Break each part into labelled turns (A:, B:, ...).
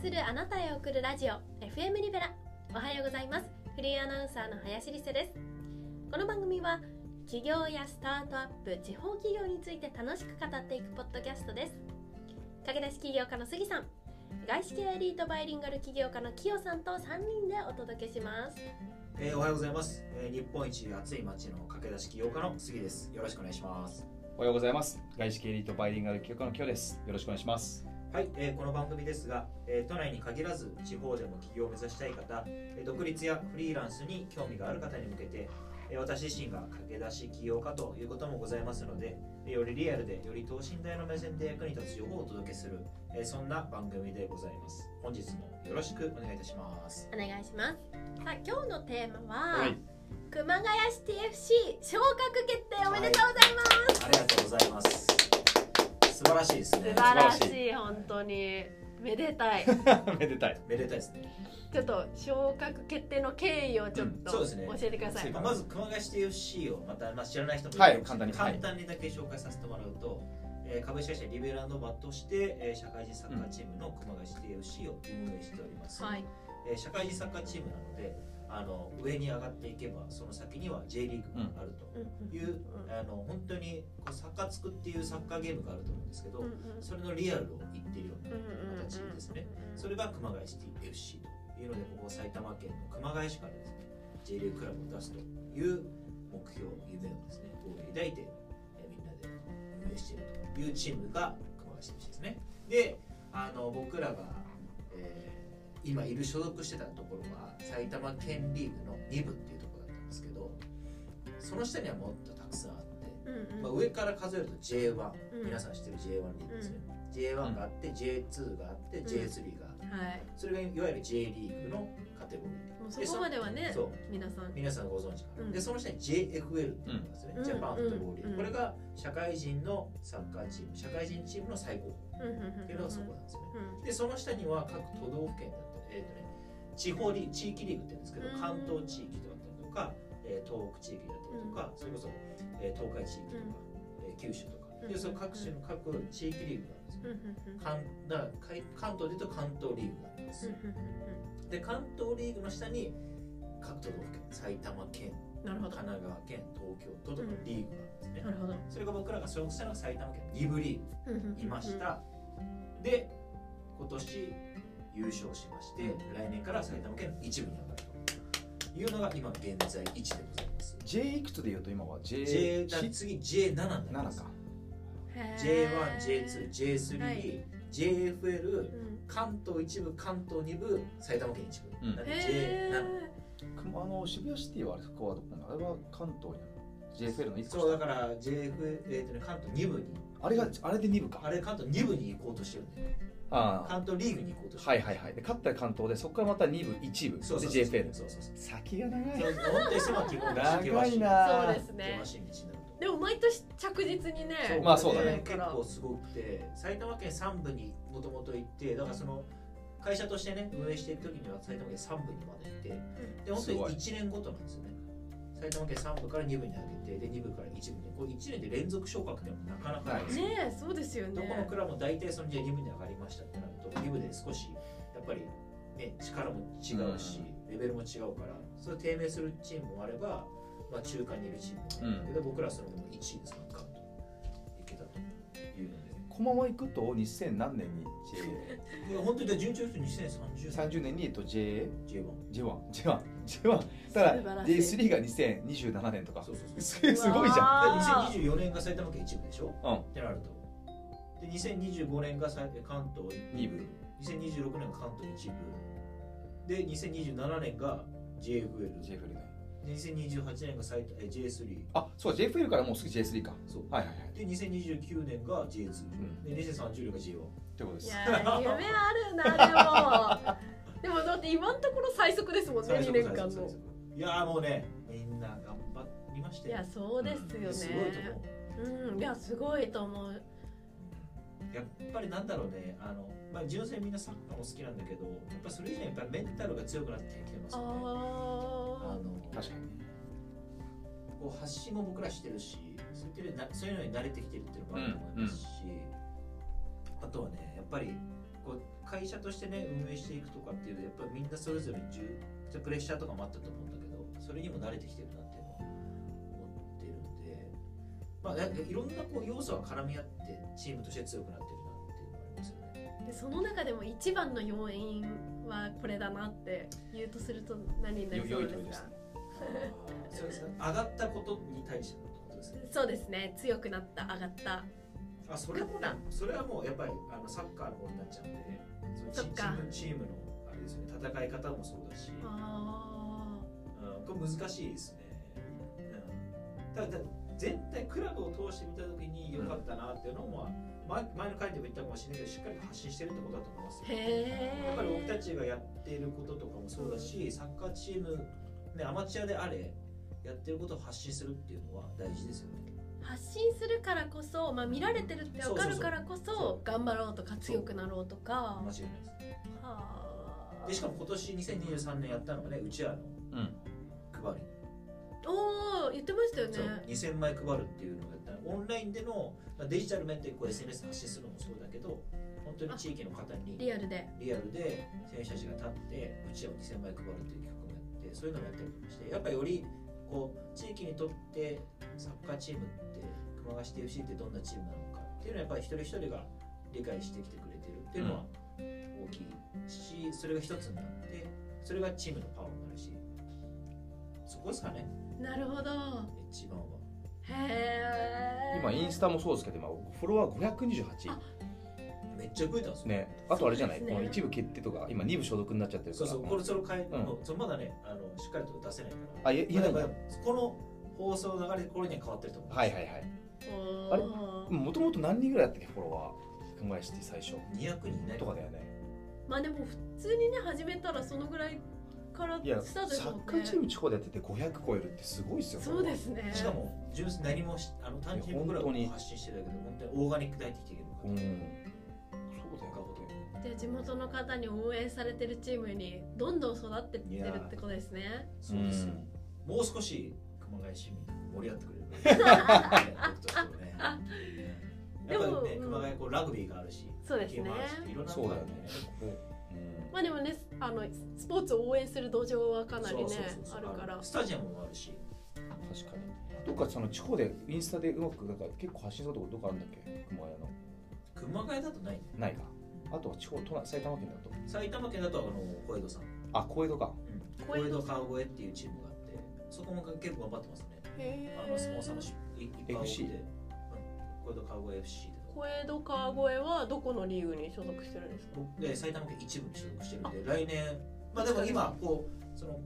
A: するあなたへ送るラジオ FM リベラおはようございますフリーアナウンサーの林理瀬ですこの番組は企業やスタートアップ地方企業について楽しく語っていくポッドキャストです駆け出し企業家の杉さん外資系エリートバイリンガル企業家のキヨさんと3人でお届けします
B: えー、おはようございます、えー日本一暑い町の駆け出し起業家の杉ですよろしくお願いします
C: おはようございます。外資系エリートバイリンガル企画の今日です。よろしくお願いします。
B: はい、えーこの番組ですが、えー都内に限らず地方でも起業を目指したい方、えー独立やフリーランスに興味がある方に向けて、えー私自身が駆け出し起業家ということもございますのでえーよりリアルでより等身大の目線で役に立つ情報をお届けする、えーそんな番組でございます本日もよろしくお願いいたします
A: お願いしますさあ今日のテーマは、
C: はい
A: 熊谷シティ FC 昇格決定おめでとうございます、
B: ありがとうございます素晴らしいですね
A: 素晴ら
C: 素
A: し
C: 晴
A: い本当にめでたい
C: めでたい。
B: めでたいですね
A: ちょっと昇格決定の経緯をちょっ
B: うん
A: と
B: そう
A: 教
B: ですね
A: えてください、
B: まあまず熊谷シティ FC をまた、まあ、知らない人もいる
C: はい
B: かもしれな
C: 簡単にはい
B: 簡単にだけ紹介させてもらうと、えー株式会社リベランドバとして、えー社会人サッカーチームの熊谷シティ FC を運営しております、
A: はい
B: えー社会人サッカーチームなのであの上に上がっていけばその先には J リーグがあると
A: うん
B: いう、あの本当にこうサッカーつくっていうサッカーゲームがあると思うんですけど、
A: うんうん
B: それのリアルを言ってるような
A: うん
B: 形ですね
A: うん
B: それが熊谷シティ FC というのでここ埼玉県の熊谷市からですね J リーグクラブを出すという目標夢をですねゴールに抱いてえーみんなで運営しているというチームが熊谷シティ FC ですねであの僕らが、えー今いる所属してたところは埼玉県リーグの2部っていうところだったんですけどその下にはもっとたくさんあって
A: うんうん
B: まあ、上から数えると J1、
A: うん
B: 皆さん知ってる J1 リーグですね、J1 があって J2 があって J3 があって、
A: はい
B: それがいわゆる J リーグのカテゴ
A: もう
B: リー
A: そこまではね
B: そう
A: 皆さん
B: 皆さんご存知かな、
A: うん
B: でその下に JFL っていうのがあるんですね、
A: うん
B: ジャパンフットボールリーグ、
A: うん
B: これが社会人のサッカーチーム社会人チームの最高峰
A: っ
B: っていうのがそこなんですよね、
A: うん
B: でその下には各都道府県だったり、えーとね、地方リー地域リーグって言うんですけど、
A: うん
B: 関東地域だったりとか、えー東北地域だったりとか、それこそ、えー東海地域とか、えー九州とか、
A: うん
B: でその各種の各地域リーグがあるんですよ、
A: うんうんうん
B: 関だからかい関東でいうと関東リーグがあるんですよ、で関東リーグの下に各都道府県埼玉県
A: うんなるほど
B: 神奈川県東京都とかリーグがあるんですね、
A: なるほど
B: それが僕らが所属したのが埼玉県2部リ
A: う
B: ーグ
A: んうん
B: いました、で今年優勝しまして、来年から埼玉県の一部に上がるというのが今現在1でございます、
C: J いくつで言うと今は J
B: J だ
C: 七
B: 次 J7 になり
C: か
B: ます。
A: へー
B: J1J2J3、
A: はい
B: JFL
A: うん
B: 関東一部関東二部埼玉県一部、
C: うん
B: なんで J7
A: へ
C: あの渋谷シティはあれそこはどこなの？あれは関東にある。JFL のいつ
B: そうだから JFL、えーとね、関東二部に
C: あれがあれで二部か。
B: あれ関東二部に行こうとしてるんだよね
C: あ
B: 関東リーグに行こうと
C: あ。
B: して
C: は
B: る
C: いはいはい。で勝ったら関東でそこからまた二部一部で
B: そうそうそう
C: JFL。
B: そうそうそう
C: 先が長い。
B: そう本当に狭き門だし
C: 長い
A: ー
C: な。
A: そうですね
B: 険しい道になると
A: でも毎年着実にね
C: うまあそうだね
B: これね結構すごくて埼玉県3部にもともと行ってだからその会社としてね運営していく時には埼玉県3部にまで行ってで本当
C: すごい
B: に1年ごとなんですよね埼玉県3部から2部に上げてで2部から1部にこれ1年で連続昇格ってのもなかなかないですよ、
A: ねえそうですよね
B: どこのクラブも大体そのじゃあ2部に上がりましたってなると2部で少しやっぱりね力も違うし、レベルも違うからそれ低迷するチームもあれば、まあ、中間にいるチームも
C: う
B: け
C: ん。
B: ど僕らはそのまま1位で参加といけたというので
C: このまま行くと2000何年に
B: いや本当に順調に2030
C: J30 年にえっと J
B: J1
C: J1 J1 J1 だから
A: 素晴らしい
C: J3 が2027年とか
B: そうそう そう
C: す すごいじゃん
A: ゃ
B: で2024年が埼玉県一部でしょ、
C: うん
B: ってなるとで2025年がさ関東
C: 二部
B: 2026年が関東一部で2027年が JFL
C: JFL ね
B: で2028年が埼玉え J3
C: あそう JFL からもうすぐ J3 か
B: そう
C: はいはいはい
B: で2029年が J2、
C: ん
B: で2030年が J1
C: ってことで
A: い
C: す
A: やー夢あるなでもでもだって今のところ最速ですもんね2年間の
B: いやーもうねみんな頑張りました
A: い
B: よ
A: やそうですよね
B: すごいと思う
A: うんいやすごいと思う
B: やっぱりなんだろうねあの、まあ、純粋にみんなサッカーも好きなんだけどやっぱそれ以上にやっぱメンタルが強くなってきてますよねあ
A: あ
B: の
C: 確かにね
B: こう発信も僕らしてるしそういってなそういうのに慣れてきてるっていうのもあると思いますし、あとはねやっぱりこう会社としてね運営していくとかっていうとやっぱりみんなそれぞれ重プレッシャーとかもあったと思うんだけどそれにも慣れてきてるなっていうのは思ってるんでまあなんかいろんなこう要素が絡み合ってチームとして強くなってるなっていうのがありますよね
A: でその中でも一番の要因はこれだなって言うとすると何になり
C: よ
A: そ
C: 良
A: う
C: い
A: で
C: とこ
A: す
C: で
A: か
C: すね
B: そうですね上がったことに対してのことですね
A: そうですね強くなった上がった
B: あそれもねそれはもうやっぱりあのサッカーの方になっちゃうんで
A: そ
B: その
A: っ
B: チ
A: か
B: ームチームのあれですよね戦い方もそうだし、
A: あ
B: うん、これ難しいですね、うん、ただただ全体クラブを通して見た時に良かったなっていうのも、まあ、前前の回でも言ったかもしれないけどしっかり発信してるってことだと思いますよ
A: ーへえ
B: やっぱり僕たちがやっていることとかもそうだしサッカーチーム、ね、アマチュアであれやってることを発信するっていうのは大事ですよね
A: 発信するからこそ、まあ、見られてるって分かるからこそ
B: そうそうそう
A: 頑張ろうとか強くなろうとか
B: 間違いないです
A: はあ
B: でしかも今年2023年やったのがねうちわの
C: うん
B: 配り
A: おー言ってましたよね
B: そう2000枚配るっていうのをやったらオンラインでの、まあ、デジタル面でこう SNS 発信するのもそうだけど本当に地域の方に
A: リアルで
B: リアルで選手たちが立ってうちわを2000枚配るという企画もやってそういうのもやったりとかしてやっぱりよりこう地域にとってサッカーチームって熊谷市 FC ってどんなチームなのかっていうのはやっぱり一人一人が理解してきてくれてるっていうのは大きいし、それが一つになってそれがチームのパワーになるしそこですかね
A: なるほど
B: 一番は
A: へえ
C: 今インスタもそうですけど今フォロワー528
A: あ
B: めっちゃ増えたんですよ
C: ねあとあれじゃない、
A: そうです
C: こ
A: ね
C: の一部決定とか今二部所属になっちゃってるか
B: そう
C: ら
B: そうこれそれを変え、
C: うん
B: もうそれまだねあのしっかりと出せないから
C: あ言え言えないん
B: ま
C: だ
B: あだからこの放送の流れでこれには変わってると思う
C: はいはいはい
A: お
C: あれ
A: ー
C: もともと何人ぐらいだったっけフォロワー熊谷シティ最初
B: 200人いない
C: とかだよね
A: まあでも普通にね始めたらそのぐらいから
C: いや
A: ス
C: サ
A: タートですもんね
C: ッカーチーム地方でやってて500超えるってすごいですよ
A: そうですね
B: しかも純粋に何もしあの単純に僕らが
C: 本当に
B: 発信してたけど本当にオーガニックで入ってきてるの
C: うんそうだ
B: か
C: よ
A: で地元の方に応援されてるチームにどんどん育ってってるってことですね
B: そうですよ、
C: ん
B: もう少し熊谷市民が盛り上がってくれるね僕たちもねやっぱりね
A: でも
B: 熊谷こうラグビーがあるし
A: そうですね
B: 野球もあるしいろんな
C: そうだよね
A: まあでもねあのスポーツを応援する土壌はかなりね
B: そうそうそう
A: あるから
B: スタジアムもあるし
C: 確かにどっかその地方でインスタでうまくなんか結構発信するとこどっかあるんだっけ熊谷の
B: 熊谷だとないね
C: ないかあとは地方都内埼玉県だと
B: 埼玉県だとあの小江戸さん、
C: あ小江戸か
B: 小
A: 小
B: 江
A: 江戸
B: 戸川越っていうチームがあってそこも結構頑張ってますね
A: へ
B: あのスポンサー
A: ー
B: のしいいっぱい多くて、
C: FC
B: うん、小江戸川越 FC で
A: 小江戸川越はどこのリーグに所属してるんですか
B: 僕で埼玉県一部に所属してるんで来年まあでも今こうその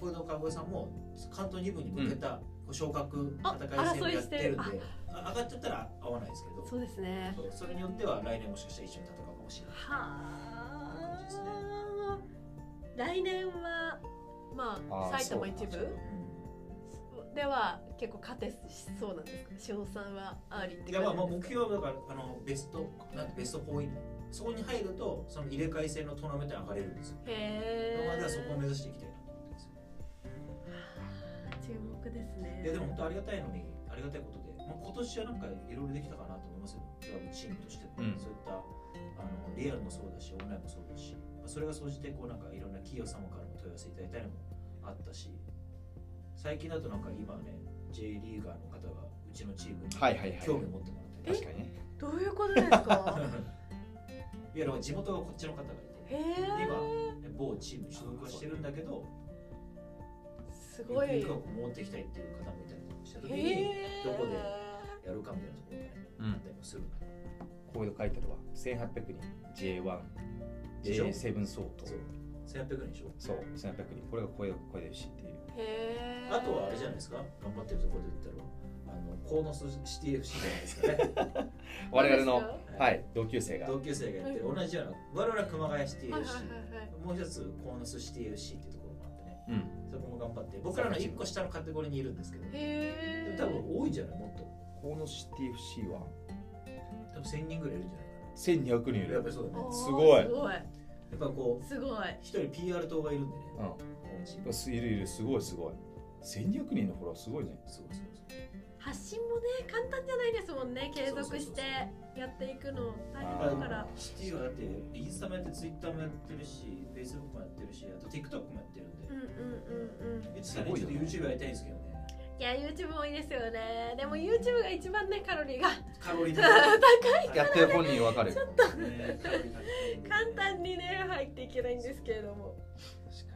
B: 小江戸川越さんも関東二部に向けたこう昇格
A: あ
B: 戦い戦をやってるん
A: 争いして
B: であ上がっちゃったら合わないですけど
A: そうですね
B: そうそれによっては来年もしかしたら一緒に戦うかもしれない
A: はあ来年はま
C: あ
A: あ
C: ー
A: 埼玉一
C: そうか
A: 部では結構勝てそうなんですか翔さんはありっ
B: うん、
A: て
B: いや
A: 感じ
B: まあ
A: なんです
B: まあ目
A: か
B: 標はだからあのベストなんてベスト4以内そこに入るとその入れ替え制のトーナメントに上がれるんですよ、
A: へえ
B: まあではそこを目指していきたいなと思ってます
A: 注目ですね
B: いやでも本当ありがたいのにありがたいことで、まあ、今年はなんかいろいろできたかなと思いますよクラブチームとしても、
C: うん
B: そういったあのリアルもそうだしオンラインもそうだし、まあ、それが総じてこうなんかいろんな企業様からの問い合わせいただいたりもあったし最近だとなんか今ね J リーガーの方がうちのチームに
C: はいはいはい
B: 興味を持ってもらって、
C: 確かにね
A: どういうことですか
B: いやでも地元がこっちの方がい
A: へえ
B: て某チームに所属はしてるんだけど
A: す
B: ゆく
A: ごいへ
B: ゆくはこう持ってきたいっていう方もいたりとかした時に
A: え
B: どこでやるかみたいなところがね
C: う
B: あっ
C: ん
B: たりもする
C: 小江戸書いてるわ1800
B: でしょ
C: 人 J1J7 相当
B: そう1800人でしょ
C: そう1800人これが小江戸小江戸 FC っていう
A: へえ
B: あとはあれじゃないですか頑張ってるところで言ったらあのコーノスシティ FC じゃないですかね
C: 我々の はいい同級生が
B: 同級生がやってる同じような我々は熊谷シティ
A: はいはい
B: FC
A: はいはい
B: もう一つコーノスシティ FC っていうところもあってね
C: うん
B: そこも頑張って僕らの一個下のカテゴリーにいるんですけど
A: へえ
B: 多分多いんじゃないもっと
C: 河野シティ FC は
B: 多分1000人ぐらいいるんじゃないか
C: 1200人い
B: なやっ
C: る
B: ぱりそうだね
A: おー
C: すごい
A: すごい
B: やっぱこう
A: すごい
B: 一人 PR 党がいるんでね
C: うん
B: このチーム
C: いるいるすごいすごい1200人のフォロワーすごいね
B: そうそうそう
A: 発信もね簡単じゃないですもんね継続してやっていくの大変だから
B: シティはだってインスタもやってツイッターもやってるしフェイスブックもやってるしあと TikTok もやってるんで
A: うんうんうんうん
B: いつかねちょっと YouTube やりたいんですけどね
A: いや YouTube もいいですよねでも YouTube が一番ねカロリーが
B: カロリー
C: やってる本人わかるよ
B: ねカロリー高 い
A: 簡単にね入っていけないんですけれども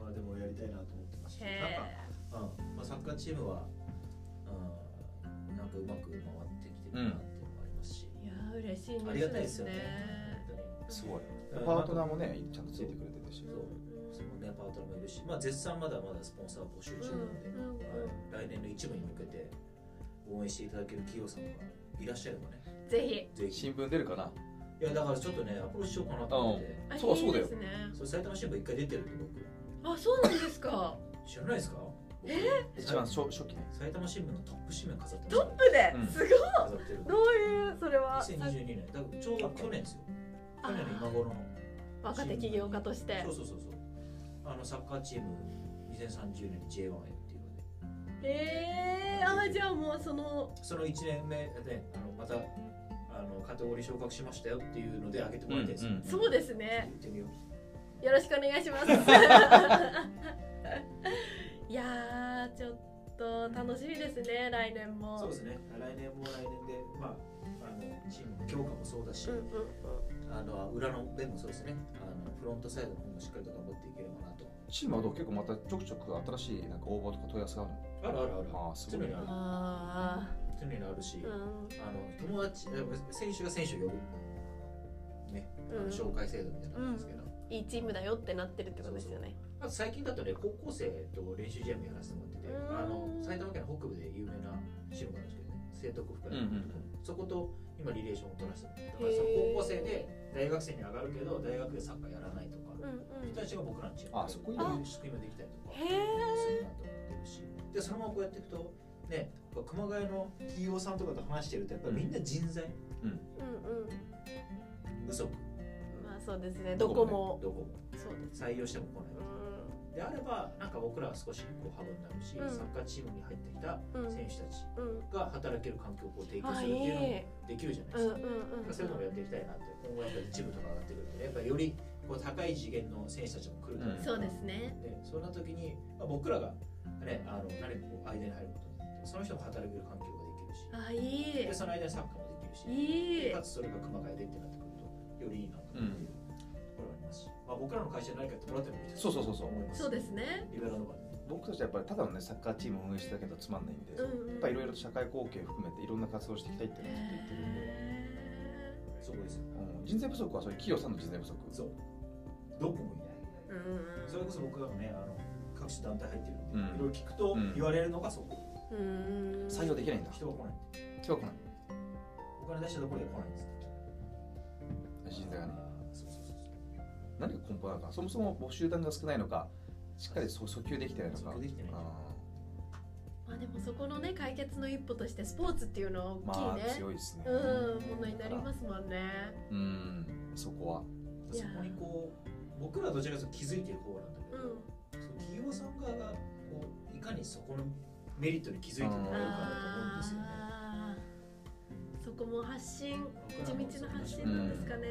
B: まあでもやりたいなと思ってましたなんか
A: へ
B: うんまあ、サッカーチームは、うん、なんかうまく回ってきてるなっていうのもありますし、
A: えいや嬉しいニュース
B: ありがたいですよね本
C: すごい
B: 当に
C: パートナーもねちゃんとついてくれてたし
B: そうそのねパートナーもいるし、まあ、絶賛まだまだスポンサー募集中なん
A: うん
B: で、
A: うん
B: はい来年の一部に向けて応援していただける企業さんがいらっしゃればね
A: うんぜひ
B: ぜひ
C: 新聞出るかない
B: やだからちょっとねアプローチしようかなと思ってて、
A: あ
C: そうそうだよ
A: いいですね
B: それ埼玉新聞一回出てるって
A: あそうなんです か
B: 僕知らないですか僕
C: 一番初初期ね
B: 埼玉新聞のトップ紙面飾って
A: トップで
C: うん
A: すごい
B: 飾ってる
A: どういうそれは
B: 2022年だからちょうど去年ですよ去年の今頃の
A: 若手起業家として
B: そうそうそうそうあのサッカーチーム2030年に J1 へっていうので
A: えー、あじゃあもうその
B: その1年目であのまたあのカテゴリー昇格しましたよっていうので上げてもらいたいです、
C: うんうん
A: そうです
B: 言
A: ね
B: ってみよう
A: よろしくお願いし ますいやーちょっと楽しみですね来年も
B: そうですね来年も来年でまああのチームの強化もそうだし、
A: うんうん
B: あの裏の面もそうですねあのフロントサイドの方もしっかりと頑張っていければなと
C: チームはどう結構またちょくちょく新しいなんか応募とか問い合わせがあるの
B: あるあるある
C: あーす
B: 常
C: ごい
B: に
A: う
B: あ
A: ん
B: る
A: あ
B: 常にあるし、
A: ーうん
B: あの友達え選手が選手を呼ぶ、ね、あの
A: うん
B: 紹介制度みたいなのなんですけど、
A: いいチームだよってなってるってことですよね
B: あと最近だとね高校生と練習試合もやらせてもらってて
A: うん
B: あの埼玉県の北部で有名なチームがあるんですけどね聖徳福大、
C: うんうん
B: そこと今リレーションを取らせてもらってだから
A: へ
B: そ
A: ー
B: の高校生で大学生に上がるけど大学でサッカーやらないとか、
A: うんうん
B: そういう人たちが僕らのチーム
C: あそこいいね
B: そういう仕組みもできたりとか
A: へえ
B: するなと思ってるしでそのままこうやっていくとねやっぱ熊谷の企業さんとかと話してるとやっぱりみんな人材
A: うんうん
B: 不足
A: まあそうですねどこも
B: どこも
A: そうです
B: 採用しても来ないわけであればなんか僕らは少しこうハブになるし、
A: うん
B: サッカーチームに入ってきた
A: うんうん
B: 選手たち
A: うん
B: が働ける環境をこう提供
A: あ
B: す
A: い
B: るっていうの
A: い
B: もできるじゃないで
A: うんうんうん
B: すか。そういうのもやっていきたいなって今後やっぱりチームとか上がってくるんでやっぱりよりこう高い次元の選手たちも来ると
A: そう
B: 思うで
C: うん
A: ですね
B: そうなった時に、まあ、僕らが、ね、あの何かこう間に入ることによってその人も働ける環境ができるし
A: あいい
B: でその間にサッカーもでき
A: いい
B: るしかつそれが熊谷でってなってくるとよりいいなというところがありますし、まあ、僕らの会社で何かやってもらってもいいです
C: そうそうそうそう
B: 思います
A: そうですね
B: リベラルの場合
C: 僕たちはやっぱりただのねサッカーチームを運営してたけどつまんないんで、
A: うんうん
C: やっぱいろいろと社会貢献含めていろんな活動をしていきたいっていうのは
A: へ
B: そ
C: ずっと言ってるんで、
B: こですよ
C: うん人材不足はそういう企業さんの人材不足
B: そうどこもいない
A: ーうん
B: それこそ僕らもねあの各種団体入ってるんで、い
C: うん
B: ろいろ聞くと
C: うん
B: 言われるのがそう、
A: うん
C: 採用できないんだ
B: 人が来ない
C: 人が来ない
B: お金出したところで来ないんですって
C: 人材がね
B: そうそうそうそう
C: 何が根本なのかそもそも募集団が少ないのかしっかりそう訴求できてないのか
B: 訴求できてない
C: あ
A: まあでもそこのね解決の一歩としてスポーツっていうのは
C: ーま
A: 大きい
C: あ
A: ね、
C: 強いですね
A: うんものになりますもんね
C: うんそこは
A: や
B: そこにこう僕らはどちらかというと気づいてる方なんだけ
A: う
B: ど、
A: ん
B: その企業さん側がこういかにそこのメリットに気づいてもらえるかだと思うんですよね
A: あーそこも発信地道な発信なんですかね、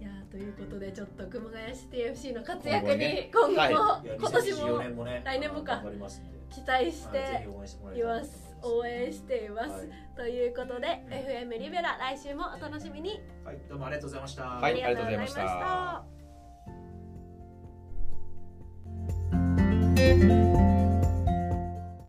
A: いやーということでちょっと熊谷市 TFC の活躍に今後も、
C: 今後ね
B: いや
A: 今年
B: 2014
A: も
B: 年もね
A: 来年もか
B: 頑張りますんで
A: 期待し
B: はいぜ
A: て
B: ひ応援してもら
A: い
B: いたい
A: ま
B: なと
A: す
B: 思
A: 応援しています、
B: はい
A: ということで、
B: ん
A: FM リベラ来週もお楽しみに
B: はい、どうもありがとうございました。
C: はいありがとうございました
A: ありがとうございました